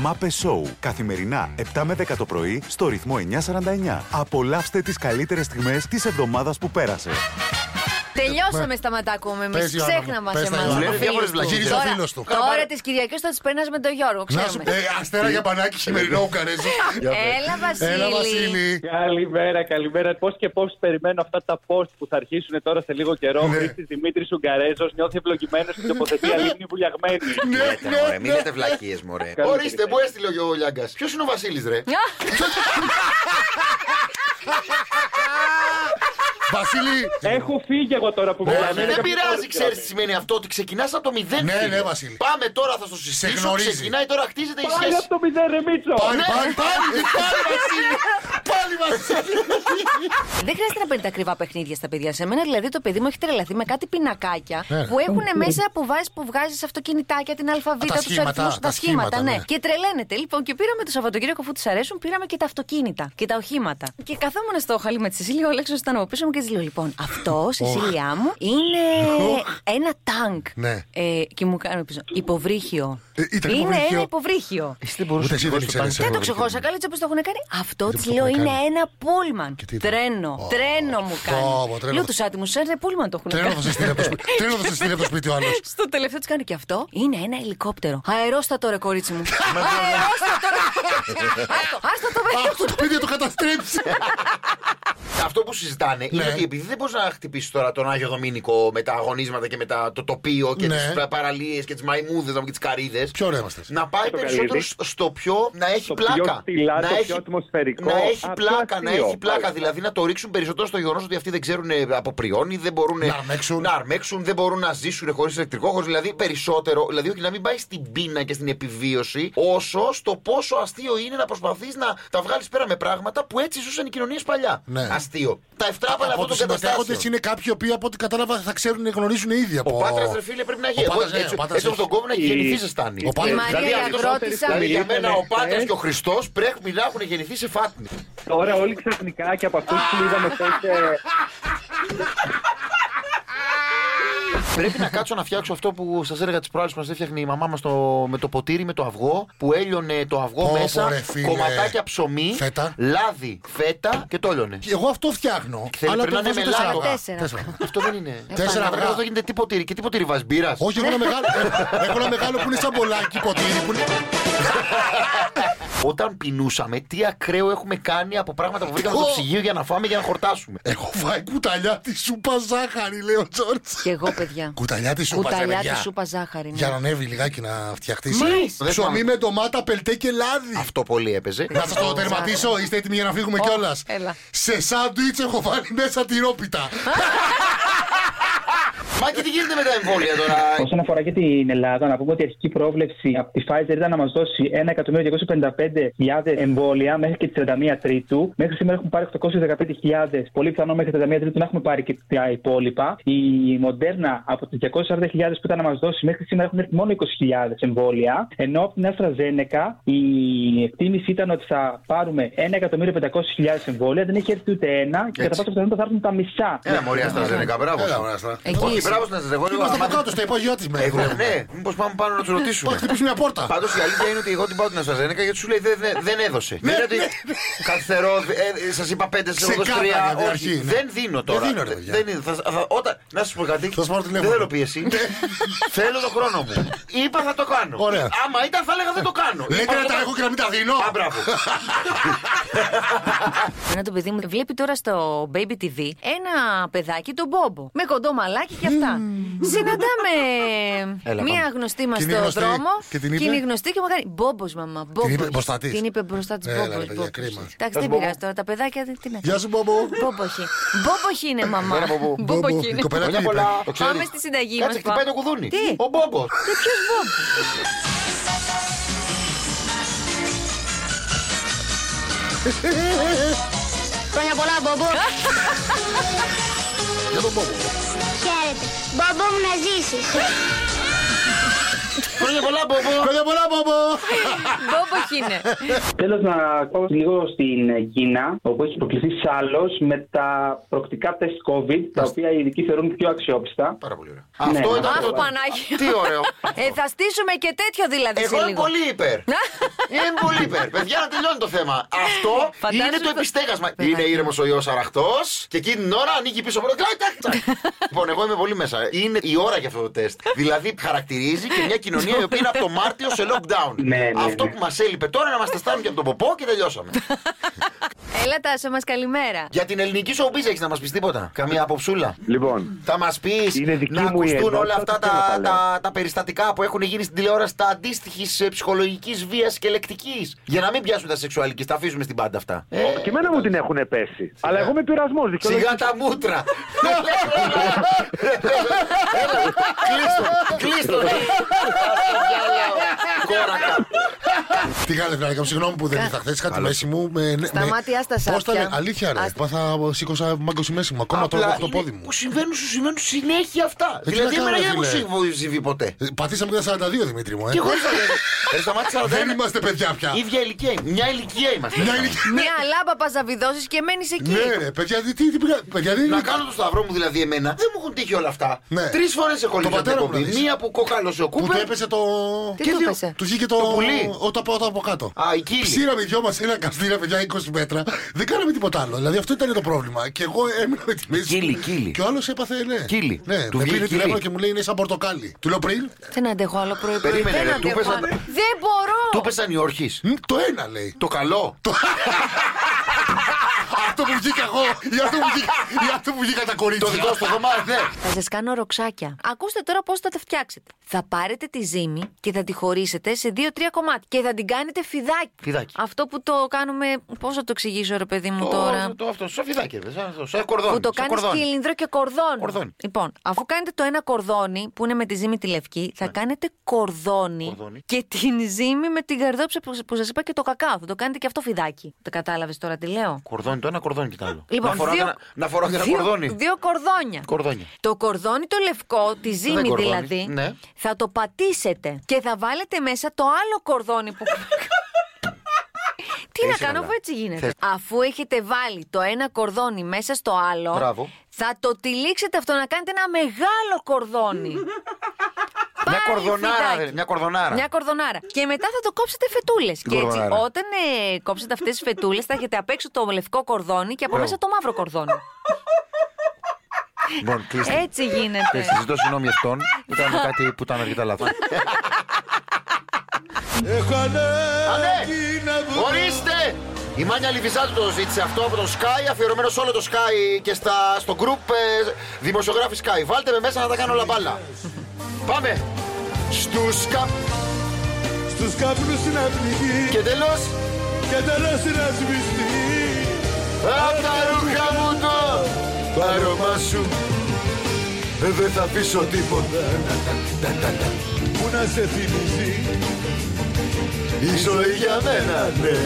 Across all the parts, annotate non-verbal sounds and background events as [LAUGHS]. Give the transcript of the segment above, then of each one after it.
Μάπε Show. Καθημερινά 7 με 10 το πρωί στο ρυθμό 949. Απολαύστε τις καλύτερες στιγμές της εβδομάδας που πέρασε. Τελειώσαμε στα ματάκουμε εμείς. Πες, Ιωάννα μου, Ξέχνα μα πες τα, εμάς. Ιωάννα. Λέει διάφορες βλακίες. Γύρισε ο φίλος του. Τώρα τις Κυριακές θα τις περνά με τον Γιώργο, Να σου ξέρουμε. πω, ε, αστέρα για πανάκι χειμερινό ο Καρέζη. Έλα, Έλα, Βασίλη. Βασίλη. Καλημέρα, καλημέρα. Πώς και πώς περιμένω αυτά τα post που θα αρχίσουν τώρα σε λίγο καιρό. Ναι. Ναι. Χρήστης Δημήτρης Ουγγαρέζος νιώθει ευλογημένος στην τοποθεσία Λίμνη Βουλιαγμένη. Ναι, Λέτε, μωρέ, ναι, μην ναι. λέτε βλακίες, μωρέ. Κα- Ορίστε, μου έστειλε ο Γιώργος Λιάγκας. Ποιος είναι ο Βασίλης, ρε. Βασίλη. Έχω φύγει εγώ τώρα που Ναι, μιλάμε. ναι. Είναι Δεν κάποιος πειράζει, άλλος ξέρεις τι Γιώργη. σημαίνει αυτό, ότι ξεκινάς από το μηδέν. Ναι, φίλε. ναι, Βασίλη. Πάμε τώρα, θα στο συστήσω. γνωρίζει. Ξεκινάει τώρα, χτίζεται η Πάλι σχέση. από το μηδέν, ρε Μίτσο. Πάλι, Ναι. πάλι, πάλι, πάλι, Βασίλη. Πάλι, Βασίλη. Δεν χρειάζεται να παίρνει τα ακριβά παιχνίδια στα παιδιά. Σε μένα δηλαδή το παιδί μου έχει τρελαθεί με κάτι πινακάκια Ναι. που έχουν μέσα αποβάσει που βγάζεις αυτοκινητάκια, την ΑΒ, τα τους σχήματα, αριθμούς, τα τα σχήματα. σχήματα, Ναι. ναι. Και τρελαίνεται. Λοιπόν, και πήραμε το Σαββατοκύριακο αφού της αρέσουν, πήραμε και τα αυτοκίνητα και τα οχήματα. Και καθόμουν στο χαλί με τη Σεσίλια, ο Αλέξος ήταν από πίσω μου και τη λέω: Λοιπόν, αυτός, Σεσίλια μου, είναι ένα τάγκ. Ναι. Ε, και μου κάνει πίσω. Υποβρύχιο. Ε, ήταν Είναι υποβρύχιο. ένα υποβρύχιο. Ούτε εσύ δεν ήξερες. Δεν το ξεχώρισα. Καλά, έτσι όπως το έχουν κάνει. Αυτό Δεν της το λέω έχουν είναι κάνει. ένα πούλμαν. Και τι ήταν? Τρένο. Ω, Τρένο μου φόβο, τρένο. κάνει. Λέω τους άτιμους, σαν πούλμαν το έχουν Τρένο κάνει. θα σε στείλει από το σπίτι- τρένο θα σε στείλει από το σπίτι ο άλλος. [LAUGHS] Στο τελευταίο της κάνει και αυτό. Είναι ένα ελικόπτερο. Αερόστατο ρε κορίτσι [LAUGHS] μου. Αερόστατο ρε. Άστο, Άστο το Αχ, παιδί. το σπίτι θα το καταστρέψει. Αυτό που συζητάνε είναι Ναι. ότι επειδή δεν μπορείς να χτυπήσεις τώρα τον Άγιο Δομήνικο με τα αγωνίσματα και με τα, το τοπίο και Ναι. τις τι παραλίες και τις μαϊμούδες και τις καρίδε. Ποιο ρε είμαστε. Να πάει Το περισσότερο καλύβι. σ- στο πιο να έχει Το πιο πλάκα. στυλά, να το έχει, πιο ατμοσφαιρικό. Να έχει Α, πιο πλάκα, να αστείο. έχει πλάκα. Μάλιστα. Δηλαδή να το ρίξουν περισσότερο στο γεγονός ότι αυτοί δεν ξέρουν ε, από πριόνι, δεν μπορούν Να αρμέξουν. να αρμέξουν, δεν μπορούν να ζήσουν χωρίς ηλεκτρικό, χωρί δηλαδή περισσότερο. Δηλαδή όχι να μην πάει στην πείνα και στην επιβίωση, όσο στο πόσο αστείο είναι να προσπαθείς να τα βγάλεις πέρα με πράγματα που έτσι ζούσαν οι κοινωνίες παλιά. Ναι. Αστείο. Τα ευτράπαλα Από αυτών τους των συμμετέχοντε καταστάσεων. είναι κάποιοι οι οποίοι από ό,τι κατάλαβα θα ξέρουν, γνωρίζουν ήδη από. Ο Πάτρας, ρε φίλε, πρέπει να έχει. Ο Εγώ Πάτρας, ναι, έτσι- ο Πάτρας Έτσι όπως έχει. τον κόβουν να έχει Η- γεννηθεί σε στάνη. Ο Πάτρας- Η Μαρία Δηλαδή, η αυτός ο Αγρότησα. Δηλαδή, για Μιλήσαμε «Ναι, μένα ο χθες. Πάτρας και ο Χριστός πρέπει να έχουν γεννηθεί σε φάτνη. Τώρα όλοι ξαφνικά και από αυτούς που είδαμε τότε. πρέπει να κάτσω να φτιάξω αυτό που σας έλεγα τις προάλλες που μας έφτιαχνε η μαμά μας με το ποτήρι με το αυγό. Που έλειωνε το αυγό Πω, πω, μέσα, ρε, φίλε. κομματάκια ψωμί, Φέτα. λάδι, φέτα και το έλειωνε. Και Εγώ αυτό φτιάχνω. Θέλει Αλλά το περνάνε βάζω με τέσσερα λάδι. αυγά. Τέσσερα. Ε, Αυτό δεν είναι. Τέσσερα αυγά. Αυτό γίνεται τι ποτήρι. Και τι ποτήρι βάζει μπύρα. Όχι, έχω ένα μεγάλο, ε, έχω ένα μεγάλο που είναι σαν πολλάκι ποτήρι. Που είναι... Όταν πεινούσαμε, τι ακραίο έχουμε κάνει από πράγματα που βρήκαμε στο Ω! ψυγείο για να φάμε για να χορτάσουμε. Έχω φάει κουταλιά τη σούπα ζάχαρη, λέει ο Τζόρτζ. Και εγώ παιδιά. Κουταλιά τη σούπα Κουταλιά ζάχαρη. τη σούπα ζάχαρη. ναι. Για να ανέβει λιγάκι να φτιαχτείς. Δεν Ψωμί θυμάμαι. με ντομάτα, πελτέ και λάδι. Αυτό πολύ έπαιζε. Να σας το τερματίσω, είστε έτοιμοι για να φύγουμε κιόλας. έλα. Σε σάντουιτ έχω βάλει μέσα τυρόπιτα. Μα και τι γίνεται με τα εμβόλια τώρα. Όσον αφορά και την Ελλάδα, να πούμε ότι η αρχική πρόβλεψη από τη Pfizer ήταν να μας δώσει 1.255.000 εμβόλια μέχρι και τις 31 Τρίτου. Μέχρι σήμερα έχουμε πάρει 815.000. Πολύ πιθανό μέχρι 31 Τρίτου να έχουμε πάρει και τα υπόλοιπα. Η Moderna από τις 240.000 που ήταν να μας δώσει μέχρι σήμερα έχουν έρθει μόνο 20.000 εμβόλια. Ενώ από την AstraZeneca η εκτίμηση ήταν ότι θα πάρουμε 1.500.000 εμβόλια. Δεν έχει έρθει ούτε ένα και κατά πάσα πιθανότητα θα έρθουν τα μισά. Ένα μωρία στα ζενικά, μπράβο. Έλα, σου. ωραία, στρα. Εκεί Όχι, είσαι. μπράβο να σας εγώ λίγο. Είμαστε άμα- από κάτω στα υπόγειό της Ε, με. Ναι, μήπως πάμε πάνω να τους Πάμε ρωτήσουμε. χτυπήσουμε μια πόρτα. Πάντως η αλήθεια είναι ότι εγώ την πάω την Αστραζένεκα γιατί σου λέει δεν, δεν- δεν έδωσε. Ναι, Δεν είναι ότι ναι, καθυστερώ, ε, σας είπα πέντε, σας έχω δώσει Ξεκάθαρα τρία. από την Όχι, αρχή, ναι. δεν δίνω τώρα. Δεν δίνω, ρε, παιδιά. είναι, θα- θα- όταν- να σας πω κάτι. Θα σας πάρω Δεν τηλέφωνο. Ναι. θέλω πίεση. Θέλω τον χρόνο μου. Είπα θα το κάνω. Ωραία. Άμα ήταν θα έλεγα δεν το κάνω. Λέτε Είπα, να θα τα το- έχω και να μην τα δίνω. Α, μπράβο. Ένα το παιδί μου βλέπει τώρα στο Baby TV ένα παιδάκι, τον Μπόμπο. Με κοντό μαλάκι και αυτά. Συναντάμε Έλα, μία πάμε. γνωστή μας Και είναι στον γνωστή. δρόμο. Και την είπε? είναι γνωστή και μου κάνει Μπόμπος, μαμά. Μπόμπος. είπε μπροστά της. Την είπε μπροστά της Έλα, ρε, Μπόμπο. παιδιά, κρίμα. Εντάξει, δεν πειράζει τώρα. Τα παιδάκια δεν- τι να Γεια σου, Μπομπο. Μπόμποχη. Μπόμποχη είναι μαμά. Έλα, Μπομπο. Μπόμποχη είναι. Η κοπέλα τι Χρόνια είπε. πολλά. Το ξέρεις. Πάμε στη συνταγή μα. Κάτσε, χτυπάει το κουδούνι. Τι? Ο Μπόμπος. Και ποιος Μπόμπος. Χρόνια πολλά, Μπομπό. Για τον Μπομπο. Χαίρετε. Μπομπό μου να ζήσεις. Χρόνια πολλά, Μπόμπο. Χρόνια πολλά, Μπομπο. Μπόμποχη είναι. Τέλο, να πάω λίγο στην ε, Κίνα, όπου έχει προκληθεί σάλος με τα προκτικά τεστ COVID, τα οποία οι ειδικοί θεωρούν πιο αξιόπιστα. Πάρα πολύ ωραία. Ναι. Αυτό ήταν. Αχ, το- Πανάγια. Τι ωραίο. Ε, θα στήσουμε και τέτοιο δηλαδή σε Εγώ είμαι λίγο. πολύ υπέρ. Είναι πολύ υπέρ. Παιδιά, να τελειώνει το θέμα. Αυτό Φαντάζομαι είναι το πως- επιστέγασμα. Παιδάκι. Είναι ήρεμος ο ιός αραχτός και εκείνη την ώρα ανοίγει πίσω από το κλακ, κλακ, κλακ. Λοιπόν, εγώ είμαι πολύ μέσα. Είναι η ώρα για αυτό το τεστ. Δηλαδή, χαρακτηρίζει και μια κοινωνία η οποία είναι από το Μάρτιο σε lockdown. Ναι, ναι, ναι. Αυτό που μας έλειπε τώρα είναι να μας τεστάρουν και από τον ποπό και τελειώσαμε. Έλα, Τάσο, μας καλημέρα. Για την ελληνική showbiz έχεις να μας πεις τίποτα. Καμία αποψούλα. Λοιπόν, Θα μας πεις Είναι δική να μου η ακουστούν ενότητα, όλα αυτά τι τα, να τα τα, λέω. τα, περιστατικά που έχουν γίνει στην τηλεόραση τα αντίστοιχη ψυχολογικής βίας και λεκτικής. Για να μην πιάσουν τα σεξουαλικής, τα αφήσουμε στην πάντα αυτά. Ε, και εμένα μου την έχουν πέσει. Αλλά εγώ είμαι πειρασμό. Σιγά τα μούτρα. [LAUGHS] Έλα, Κλείστο, κλείστο. Κόρακα. Τι κάνε, Φλάκα, μου, συγγνώμη που δεν ήρθα χθες. Κάτι μέση μου. με- με- Σταμάτη, άστα Πώς τα σάπια. λένε, Αλήθεια, ρε. Άστα. Πάθα, σήκωσα μάγκο η μέση μου. Ακόμα τώρα Απλά έχω το είναι πόδι μου. Ε, Που συμβαίνουν, σου συμβαίνουν συνέχεια αυτά. τι δηλαδή, να κάνω, εμένα δεν μου φίλε. συμβεί ποτέ. Ε, Πατήσαμε και τα 42, Δημήτρη μου. ε. Και εγώ ήρθα. Ε, σταμάτησα να Δεν είμαστε παιδιά πια. Ίδια ηλικία. είμαι. Μια ηλικία είμαστε. Μια ηλικία- Ναι. Μια λάμπα παζαβιδώσεις και μένεις εκεί. Ναι, ρε, παιδιά, τι- τι- τι πήγα- παιδιά, δεν Να είναι. κάνω το σταυρό μου δηλαδή εμένα. Δεν μου έχουν τύχει όλα αυτά. Ναι. Τρεις φορές έχω λύσει Τον πατέρα μου να δεις. Μία που κόκαλωσε ο Που του Κούπερ. έπεσε το. Τι και του δύο. έπεσε. Του βγήκε το. Το πουλί. ο- το από- το από κάτω. Α, η κύλη. Ψήραμε δυο μας ένα καστήρα, παιδιά, 20 μέτρα. Δεν κάναμε τίποτα άλλο. Δηλαδή αυτό ήταν το πρόβλημα. Και εγώ έμεινα με τη μέση. Κύλη, μου. κύλη. Και ο άλλος έπαθε, ναι. Κύλη. Ναι, Του με βγήκε πήρε κύλη. τηλέφωνο και μου λέει είναι σαν πορτοκάλι. Του λέω πριν. Δεν αντέχω άλλο πρωί. πρωί. Περίμενε, Δεν ρε, αντέχω του πες άλλο. να- Δεν μπορώ. Του έπεσαν οι όρχες. «Μ, Το ένα λέει. Το καλό. [LAUGHS] Αυτό που βγήκα εγώ. Ή αυτό που βγήκα- ή αυτό που βγήκα τα Το κορίτσια. δικό στο δωμάτιο. ναι. Θα σας κάνω ροξάκια. Ακούστε τώρα πώς θα τα φτιάξετε. Θα πάρετε τη ζύμη και θα τη χωρίσετε σε δύο-τρία κομμάτια. Και θα την κάνετε φιδάκι. Φιδάκι. Αυτό που το κάνουμε. Πώς θα το εξηγήσω, ρε παιδί μου τώρα. Το αυτό. Σαν φιδάκι. ρε, σαν αυτό, Σαν κορδόνι. Που το σαν κάνεις κορδόνι. κύλινδρο και κορδόνι. Κορδόνι. Λοιπόν, αφού κάνετε το ένα κορδόνι που είναι με τη ζύμη τη λευκή, θα κάνετε κορδόνι, Ναι. Κορδόνι. και την ζύμη με την καρδόψη που, που σας είπα και το κακάο. Θα το κάνετε και αυτό φιδάκι. Το κατάλαβες τώρα τι λέω. Κορδόνι το ένα, κορδόνι και το άλλο. Λοιπόν, να φοράω δύο- ένα, να φοράω και ένα δύο- κορδόνι. Δύο κορδόνια. Κορδόνια. Το κορδόνι το λευκό, τη ζύμη κορδόνι, δηλαδή, ναι. θα το πατήσετε και θα βάλετε μέσα το άλλο κορδόνι που. Τι να Είσαι κάνω, καλά. αφού έτσι γίνεται. Θες- Αφού έχετε βάλει το ένα κορδόνι μέσα στο άλλο, Μπράβο. θα το τυλίξετε αυτό να κάνετε ένα μεγάλο κορδόνι. Μια Πάλι κορδονάρα. φιδάκι. ρε, Μια κορδονάρα. Μια κορδονάρα. Και μετά θα το κόψετε φετούλες. Και έτσι, κορδονάρα. όταν ε, κόψετε αυτές τις φετούλες, θα έχετε απ' έξω το λευκό κορδόνι και από Μπράβο. μέσα το μαύρο κορδόνι. Λοιπόν, κλείστε. Έτσι γίνεται. Κλείστε, Ζητώ συγγνώμη αυτόν. Ήταν κάτι που ήταν αρκετά λάθος. Ορίστε! Η Μάνια Λιβιζάτου το ζήτησε αυτό από τον Sky, αφιερωμένο σε όλο το Sky και στα, στο group ε, δημοσιογράφοι Sky. Βάλτε με μέσα να τα κάνω όλα μπάλα. Πάμε! Στους κα... Στους καπνούς στην αυλική και τέλος. και τέλος στην ασβηστή Απ' τα ρούχα μου το άρωμα σου. Ε, Δεν θα αφήσω τίποτα. που να σε θυμίζει Η ζωή για μένα, ναι.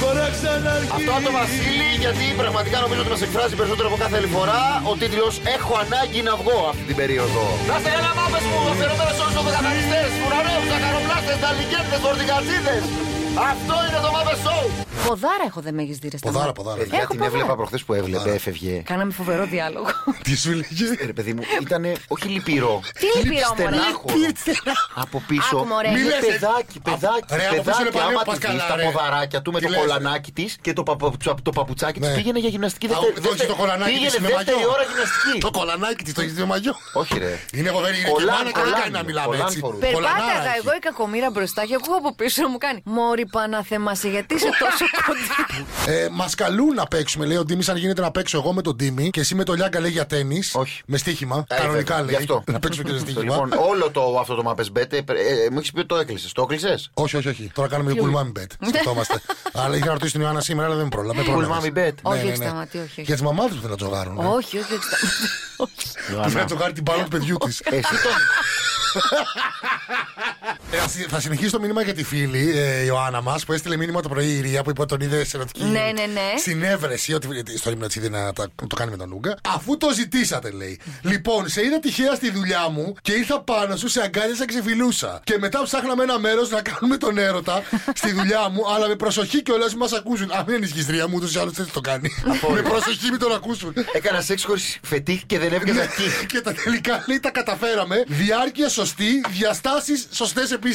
τώρα ξανά Αυτό από τον Βασίλη, γιατί πραγματικά νομίζω ότι μας εκφράζει περισσότερο από κάθε άλλη φορά. Ο τίτλος Έχω ανάγκη να βγω αυτή την περίοδο. Να είστε καλά, μάπε μου, αφιερωμένο σε όλου του καθαριστέ, ουρανέου, ζαχαροπλάστε, ταλικέτε, φορτηγατζίδες. Αυτό είναι το Μάπε Show. Ποδάρα έχω δεν με έχεις δει, ρε Σταμάτη. Ποδάρα, ποδάρα. Παιδιά, Έχω την ποδάρα. έβλεπα προχθές που έβλεπε, έφευγε. Κάναμε φοβερό διάλογο. Τι σου λέγε. Ε, Ρε παιδί μου, ήταν όχι λυπηρό. Τι λυπηρό, μωρέ. στενάχωρο. Από πίσω. Άκου, μωρέ. είναι Μη λες, ε. παιδάκι, παιδάκι. Ρε, από πίσω είναι Παιδάκι, παλιό άμα τη Πασκαλά, δεις τα ρε. ποδαράκια του με Τι το λες, ρε. κολανάκι της και το, παπα- το παπουτσάκι της Ναι. πήγαινε για γυμναστική Α, δευτε- όχι, δευτε- το κολανάκι της Πήγαινε με δεύτερη μαγιό. ώρα γυμναστική. Το κολανάκι της, το έχεις δει με μαγιό. Όχι, ρε. Είναι φοβερή, είναι και Κολάν, μάνα και δεν κολάν, κάνει να μιλάμε κολάν έτσι. φορούσε. Κολανάρα Περπάταγα έχει. εγώ η κακομήρα μπροστά και ακούω από πίσω να μου κάνει Μόρι Παναθεμασαι, γιατί είσαι [LAUGHS] τόσο κοντά. Ε, Μας καλούν να παίξουμε, λέει ο Ντίμης, αν γίνεται να παίξω εγώ με τον Ντίμη και εσύ με τον Λιάγκα λέει για τέννη. Όχι. Με στοίχημα. Ε, κανονικά βέβαια, λέει. γι' αυτό. Να παίξουμε [LAUGHS] και με στοίχημα. Λοιπόν, όλο το, αυτό το Muppets Bet, ε, ε, ε, μου έχεις πει ότι το έκλεισες. Το έκλεισες. [LAUGHS] Όχι, όχι, όχι. Τώρα κάνουμε για κουλμάμι [LAUGHS] μπετ. Σκεφτόμαστε. αλλά είχα ρωτήσει την Ιωάννα σήμερα, αλλά δεν πρόλαβε. Ναι, Κουλμάμι bet. Όχι, όχι, σταματή, όχι, όχι. Για τις μαμάδες του δεν τζογάρουν. ε. όχι, όχι, όχι. σταμα- Του να τζογάρει την μπάλα του παιδιού της. Εσύ τον. Ε, Θα συνεχίσει το μήνυμα για τη φίλη ε, Ιωάννα μας που έστειλε μήνυμα το πρωί η Ρία που είπε ότι τον είδε σε ερωτική Ναι, ναι, ναι. συνέβρεση. Ότι στο ύμνο τη είδε να τα- το κάνει με τον Ούγκα. Αφού το ζητήσατε, λέει. Λοιπόν, σε είδα τυχαία στη δουλειά μου και ήρθα πάνω σου, σε αγκάλιασα, ξεφυλούσα. Και μετά ψάχναμε ένα μέρος να κάνουμε τον έρωτα στη δουλειά μου, αλλά με προσοχή και όλα μας ακούσουν. Αν δεν ενισχύει Ρία μου, ούτως ή άλλως δεν το κάνει. με προσοχή, μην τον ακούσουν. Έκανα σεξ χωρίς φετίχ και δεν έβγαζα εκεί. και τα τελικά λέει τα καταφέραμε. Διάρκεια σωστή, διαστάσεις σωστές επίσης.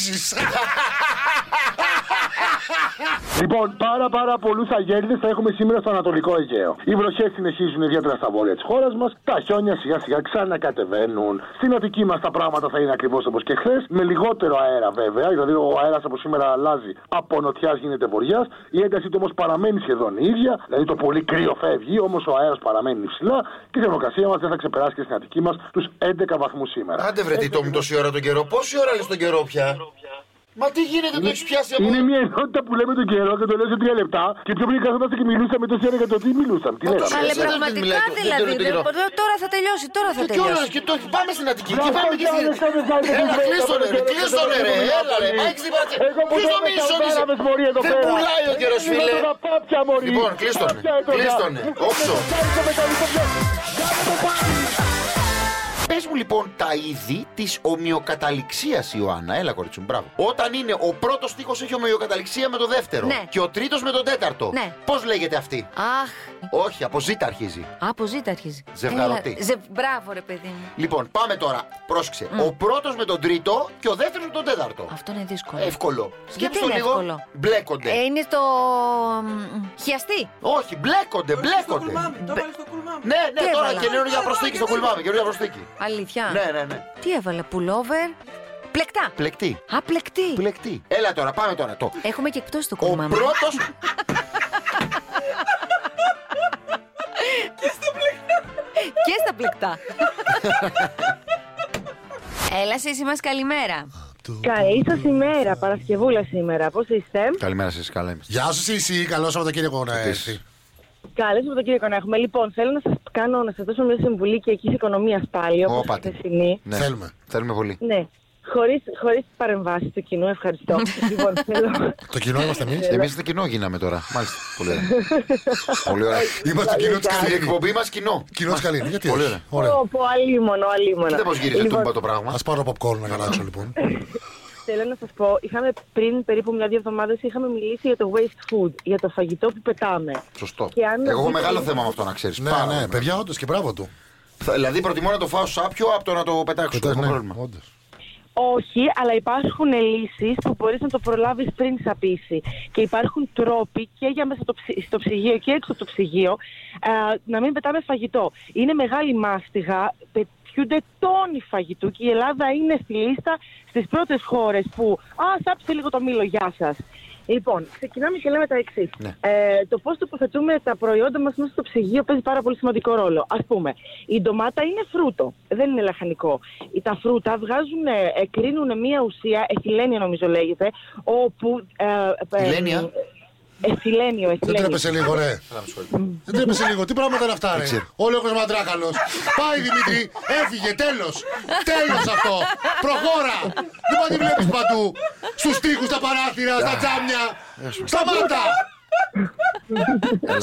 Λοιπόν, πάρα πάρα πολλούς αγέλδε θα έχουμε σήμερα στο Ανατολικό Αιγαίο. Οι βροχές συνεχίζουν ιδιαίτερα στα βόρεια της χώρας μας. Τα χιόνια σιγά σιγά ξανακατεβαίνουν. Στην Αττική μας τα πράγματα θα είναι ακριβώς όπως και χθες. Με λιγότερο αέρα βέβαια, δηλαδή ο αέρας από σήμερα αλλάζει από νοτιάς γίνεται βορειάς. Η ένταση του όμως παραμένει σχεδόν η ίδια. Δηλαδή το πολύ κρύο φεύγει, όμως ο αέρας παραμένει υψηλά και η θερμοκρασία μας δεν θα ξεπεράσει και στην Αττική μας τους 11 βαθμούς σήμερα. Άντε βρε τι τόμι τόση ώρα τον καιρό. Πόση ώρα λες τον καιρό πια. Μα τι γίνεται, το έχεις πιάσει από... Είναι μια ενότητα που λέμε τον καιρό και το λέω σε τρία λεπτά και πιο πριν καθόμαστε και μιλούσαμε τόση ώρα για το τι μιλούσαμε. Τι λέγαμε. Μα Αλλά δεν το πραγματικά μιλάει το- δηλαδή. δεν το μιλάω. δεν- Τώρα θα τελειώσει, τώρα θα Και τι ώρα, τελειώσει. και το έχει. Πάμε στην Αττική. Μπράβο, Και πάμε και στην μπράβο, Αττική. μπράβο, μπράβο, Έλα, μπράβο, κλείστο ρε, μπράβο, κλείστο ρε, ρε, μπράβο, έλα ρε. μπράβο, Μα έχεις την παρατηρήσει. Εγώ που Τι δεν νομίζεις είμαι ότι είσαι- καλπάραβες, μωρή, εδώ Δεν πέρα. πουλάει ο καιρός, Είναι φίλε. λίγο τα πάπια, μωρή. Λοιπόν, κλείστονε, Πάπια εδώ, κλείστονε. για. ναι. Όξο. Κάνει το μεγαλύτερο πια. Κάνε το πάλι. Πες μου λοιπόν τα είδη της ομοιοκαταληξίας Ιωάννα. Έλα κορίτσι μου, μπράβο. Όταν είναι ο πρώτος στίχος έχει ομοιοκαταληξία με το δεύτερο. Ναι. Και ο τρίτος με τον τέταρτο. Ναι. Πώς λέγεται αυτή. Αχ, Όχι, από ζήτα αρχίζει. αποζήτα αρχίζει. Ζευγαρωτή. Έλα, ζε- Μπράβο ρε παιδί μου. Λοιπόν, πάμε τώρα. Πρόσεξε. Ο πρώτος με τον τρίτο και ο δεύτερος με τον τέταρτο. Αυτό είναι δύσκολο. Εύκολο. ναι. Σκέψου το είναι λίγο. εύκολο? Μπλέκονται. Ε, είναι το. μ, Χιαστή. Όχι, μπλέκονται, μπλέκονται. Ναι, ναι, Τι τώρα έβαλα? καινούργια προσθήκη στο κουλμάμι. Καινούργια προσθήκη. Αλήθεια. Ναι, ναι, ναι. Τι έβαλε, πουλόβερ. Πλεκτά. Πλεκτή. Απλεκτή. Πλεκτή. Έλα τώρα, πάμε τώρα. Το. Έχουμε και εκτός του Ο κόμμα μα. πρώτος... Και στα πλεκτά. Έλα, εσύ μας καλημέρα. Καλή σας ημέρα, Παρασκευούλα σήμερα. Πώς Ε. είστε, Καλημέρα σας, καλά είμαστε. Γεια σου, Σίση. Καλό Σαββατοκύριακο ε, να Επίσης. έρθει. Καλέ με τον κύριο Κονέχουμε. Λοιπόν, θέλω να σας κάνω να σας δώσω μια συμβουλή και εκεί οικονομία πάλι, όπως Ωπα, τι. η χθεσινή. Ναι. Θέλουμε. Θέλουμε πολύ. Ναι, χωρίς χωρίς παρεμβάσεις του κοινού, ευχαριστώ. λοιπόν, θέλω. Το κοινό είμαστε εμείς. Εμείς στο κοινό γίναμε τώρα. Μάλιστα. Πολύ [LAUGHS] ωραία. πολύ ωραία. Είμαστε το κοινό της Η Καλίνη. εκπομπή μας κοινό. Κοινό της Καλίνη. Γιατί Πολύ όχι. ωραία. Ωραία. Πω, πω, αλίμονο, αλίμονο. Κοίτα πώ γύρισε Λοιπόν, τούμπα το πράγμα. Ας πάρω popcorn να γαλάξω λοιπόν. Θέλω να σας πω, είχαμε πριν περίπου μια-δύο εβδομάδες είχαμε μιλήσει για το waste food, για το φαγητό που πετάμε. Σωστό. Και αν Εγώ έχω δείτε- μεγάλο θέμα με αυτό να ξέρεις. Ναι, ναι, παιδιά, όντως και μπράβο του. Δηλαδή προτιμώ να το φάω σάπιο από το να το πετάξω. Κοιτάς, Έχω ναι, πρόβλημα. όντως. Όχι, αλλά υπάρχουν λύσεις που μπορείς να το προλάβεις πριν σαπίσει. Και υπάρχουν τρόποι και για μέσα το ψυ- στο ψυγείο και έξω από το ψυγείο ε, να μην πετάμε φαγητό. Είναι μεγάλη μάστιγα, πετιούνται τόνοι φαγητού και η Ελλάδα είναι στη λίστα στις πρώτες χώρες που. Α, σάψτε λίγο το μήλο, γεια σας. Λοιπόν, ξεκινάμε και λέμε τα εξής. Ναι. Ε, το πώς τοποθετούμε τα προϊόντα μας μέσα στο ψυγείο παίζει πάρα πολύ σημαντικό ρόλο. Ας πούμε, η ντομάτα είναι φρούτο, δεν είναι λαχανικό. Η- Τα φρούτα βγάζουν, εκρίνουν μία ουσία, εθυλένια νομίζω λέγεται, όπου. Ε, ε, Ηθυλένια? Εθυλένιο, Δεν εθυλένιο. τρέπεσαι λίγο, ρε. Δεν τρέπεσαι λίγο. Τι πράγματα είναι αυτά, ρε. ξέρω. Ο λόγο μαντράκαλος. Πάει Δημήτρη, έφυγε, τέλος. Τέλος αυτό. Προχώρα. Δεν πάει βλέπεις παντού. Στους τοίχους, στα παράθυρα, στα τζάμια. Σταμάτα.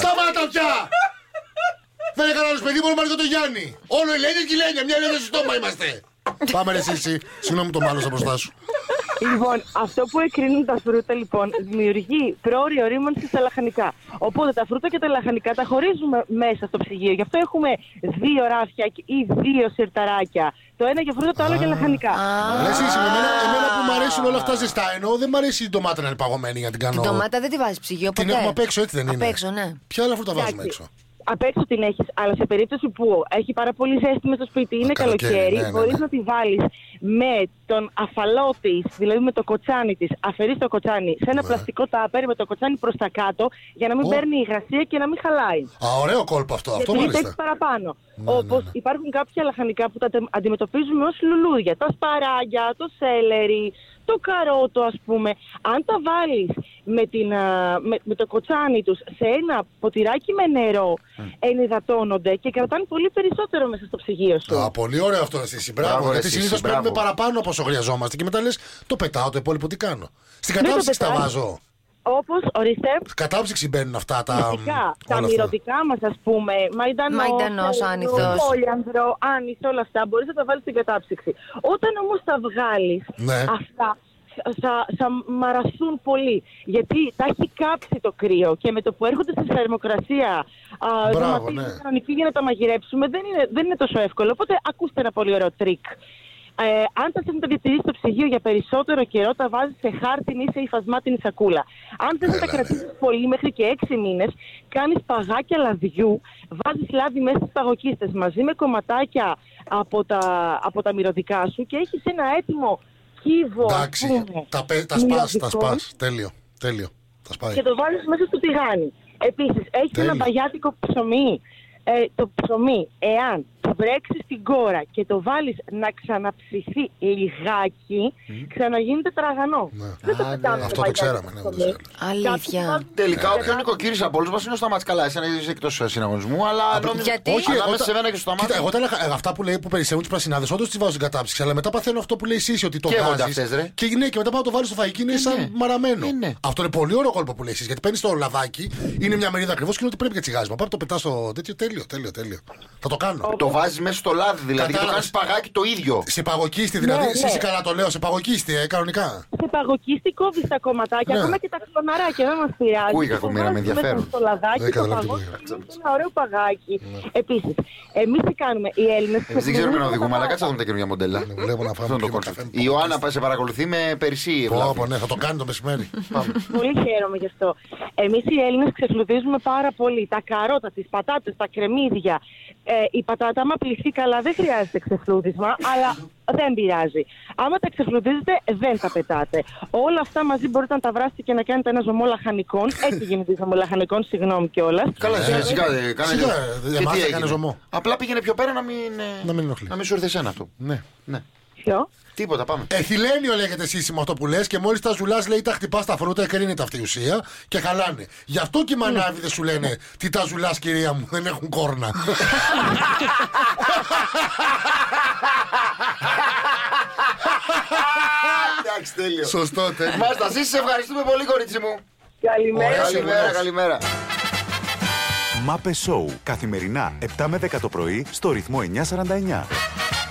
Σταμάτα πια. Δεν είναι κανένα παιδί, μόνο μαζί με τον Γιάννη. Όλο Ελένια και η Ελένια, μια Ελένια στο στόμα είμαστε. Πάμε ρε εσύ, συγγνώμη το μάλλον μπροστά σου. Λοιπόν, αυτό που εκρίνουν τα φρούτα, λοιπόν, δημιουργεί πρόωριο ρήμανση στα λαχανικά. Οπότε τα φρούτα και τα λαχανικά τα χωρίζουμε μέσα στο ψυγείο. Γι' αυτό έχουμε δύο ράφια ή δύο σιρταράκια. Το ένα για φρούτα, το άλλο για λαχανικά. Ρε εσύ, εμένα, εμένα που μου αρέσουν όλα αυτά ζεστά, ενώ δεν μου αρέσει η ντομάτα να είναι παγωμένη για να την Την κάνω. ντομάτα δεν τη βάζεις ψυγείο ποτέ. Την έχουμε απ' έξω, έτσι δεν είναι. Απ' έξω, ναι. Ποια άλλα φρούτα βάζουμε Εντάξει. έξω. Απ' έξω την έχεις, αλλά σε περίπτωση που έχει πάρα πολύ ζέστη με στο σπίτι, είναι καλοκαίρι, καλοκαίρι, ναι, ναι, μπορείς ναι. να τη βάλεις με τον αφαλό της, δηλαδή με το κοτσάνι της. Αφαιρείς το κοτσάνι σε ένα πλαστικό τάπερ με το κοτσάνι προς τα κάτω για να μην Ω. παίρνει υγρασία και να μην χαλάει. Α, ωραίο κόλπο αυτό. Αυτό Γιατί μάλιστα. Ναι, παίξει παραπάνω. Όπω υπάρχουν κάποια λαχανικά που τα τε- αντιμετωπίζουμε ως λουλούδια. Τα σπαράγια, το σέλερι, το καρότο, ας πούμε. Αν τα βάλεις με, την, α, με, με το κοτσάνι τους σε ένα ποτηράκι με νερό, Ε. ενυδατώνονται και κρατάνε πολύ περισσότερο μέσα στο ψυγείο σου. Α, πολύ ωραίο αυτό εσύ. Μπράβο, Μπράβο. ρε, Γιατί Σίση, συνήθω μπράβο. παίρνουμε παραπάνω από όσο χρειαζόμαστε και μετά λες το πετάω το υπόλοιπο τι κάνω. Στην Δεν το κατάψυξη τα πετάς. βάζω. Όπως, ορίστε, Στην κατάψυξη μπαίνουν αυτά τα. Φυσικά, όλα τα αυτά. μυρωδικά μας, ας πούμε, μαϊντανό, Μαϊντανός, σέλινο, άνηθος. κόλιανδρο, άνηθος, όλα αυτά μπορείς να τα βάλεις στην κατάψυξη. Όταν όμως τα βγάλεις, Ναι. αυτά θα, θα μαραθούν πολύ. Γιατί τα έχει κάψει το κρύο και με το που έρχονται στη θερμοκρασία Μπράβο, δωματίου ναι. κανονική για να τα μαγειρέψουμε δεν είναι, δεν είναι τόσο εύκολο. Οπότε ακούστε ένα πολύ ωραίο τρίκ. Ε, αν τα θέλει να τα διατηρήσει στο ψυγείο για περισσότερο καιρό, τα βάζεις σε χάρτινη ή σε υφασμάτινη σακούλα. Αν δεν τα κρατήσεις πολύ, μέχρι και 6 μήνες, κάνεις παγάκια λαδιού, βάζεις λάδι μέσα στις παγοκίστε μαζί με κομματάκια από τα, από τα μυρωδικά σου και έχεις ένα έτοιμο κύβο. ας Εντάξει. πούμε, Τα, πε- τα σπάς, τα μυρωδικών σπάς. Τέλειο. Τέλειο. Τα σπάει. και το βάλει μέσα στο τηγάνι. Επίσης, έχεις Τέλεια. ένα παγιάτικο ψωμί. Ε, το ψωμί, εάν βρέξει την κόρα και το βάλεις να ξαναψηθεί λιγάκι, ξαναγίνεται τραγανό. Δεν το πετάμε. Ναι. Αυτό το ξέραμε, ναι, όντως ή άλλως. Αλήθεια. Ναι. Τελικά, ο πιο νοικοκύρης από όλους μας είναι ο Σταμάτης. Καλά, εσένα είσαι εκτός συναγωνισμού, αλλά νόμιζα. Γιατί? Όχι, εγώ ανάμεσα τα- σε μένα και στο Σταμάτη. Κοίτα, εγώ τα λέγα, ε, αυτά που λέει που περισσεύουν τι πρασινάδες, όντως τις βάζω στην κατάψυξη. Αλλά μετά παθαίνω αυτό που λέει εσύ, ότι το Καίγονται βγάζεις αυτές, ρε. Και ναι, και μετά πάω να το βάλω στο φαγητό και είναι σαν μαραμένο. Ε, ναι. Αυτό είναι πολύ ωραίο κόλπο που λέει εσύ. Γιατί παίρνεις το λαδάκι, είναι μια μερίδα ακριβώς και είναι ότι πρέπει και τσιγάρισμα. Πάμε το πετάς στο τέτοιο, τέλειο, τέλειο, τέλειο. Θα το κάνω. Το βάζεις μέσα στο λάδι, δηλαδή. Και το κάνει Κατάλαβες. παγάκι το ίδιο. Σε παγωκίστη, δηλαδή. Ναι, εσύ ναι. είσαι καλά το λέω, σε παγωκίστη, ε, κανονικά. Σε παγωκίστη κόβεις τα κομματάκια, Ναι. ακόμα και τα κλωναράκια, δεν μας πειράζει. Ακούει η Το κακομοίρα, βάζεις με ενδιαφέρον. μέσα Στο λαδάκι, Δεν το καταλαβαίνω τι παγώσεις, λέει. γίνεται ένα ωραίο παγάκι. Ναι. Επίσης, εμείς τι κάνουμε, οι Έλληνες. Εμείς Ε, δεν ξέρουμε να οδηγούμε, αλλά κάτσε να δούμε τα καινούργια μοντέλα. Ε, Ναι, Βλέπω να Αυτό φάμε είναι το πιο καφέ. κόνσεπτ. Η Ιωάννα σε παρακολουθεί με περισσή Πω, ευλάβεια. πω, ναι, θα το κάνει το [LAUGHS] μεσημέρι. Πολύ χαίρομαι γι' αυτό. Εμείς οι Έλληνες ξεφλουδίζουμε πάρα πολύ. Τα καρότα, τις πατάτες, τα κρεμμύδια. Ε, η πατάτα, άμα πληθεί καλά, δεν χρειάζεται ξεφλούδισμα, αλλά δεν πειράζει. Άμα τα ξεφλουδίζετε, δεν τα πετάτε. Όλα αυτά μαζί μπορείτε να τα βράσετε και να κάνετε ένα ζωμό λαχανικών. Έτσι γίνεται η ζωμό λαχανικών, συγγνώμη κιόλας. Καλά, εσύ φυσικά δεν κάνε. Σιγά, Και δεν τι μάθα, έγινε. κάνε ζωμό. Απλά πήγαινε πιο πέρα να μην. ε, Να μην ενοχλεί. Να μην σου έρθει εσένα αυτό. Ναι. Ναι. Ποιο? Τίποτα, πάμε. Εθιλένιο λέγεται σύστημα αυτό που λες και μόλις τα ζουλάς λέει τα χτυπάς τα φρούτα, εκρίνεται αυτή η ουσία και χαλάνε. Γι' αυτό και οι μανάβιδες σου λένε Τι τα ζουλάς, κυρία μου, δεν έχουν κόρνα. Εντάξει, τέλειο. [LAUGHS] Σωστό, τέλειο. Μάλιστα, ζήσει, σε ευχαριστούμε πολύ, κορίτσι μου. Καλημέρα. Καλημέρα, καλημέρα. Μάπε Σόου. Καθημερινά 7 με 10 το πρωί στο ρυθμό 949.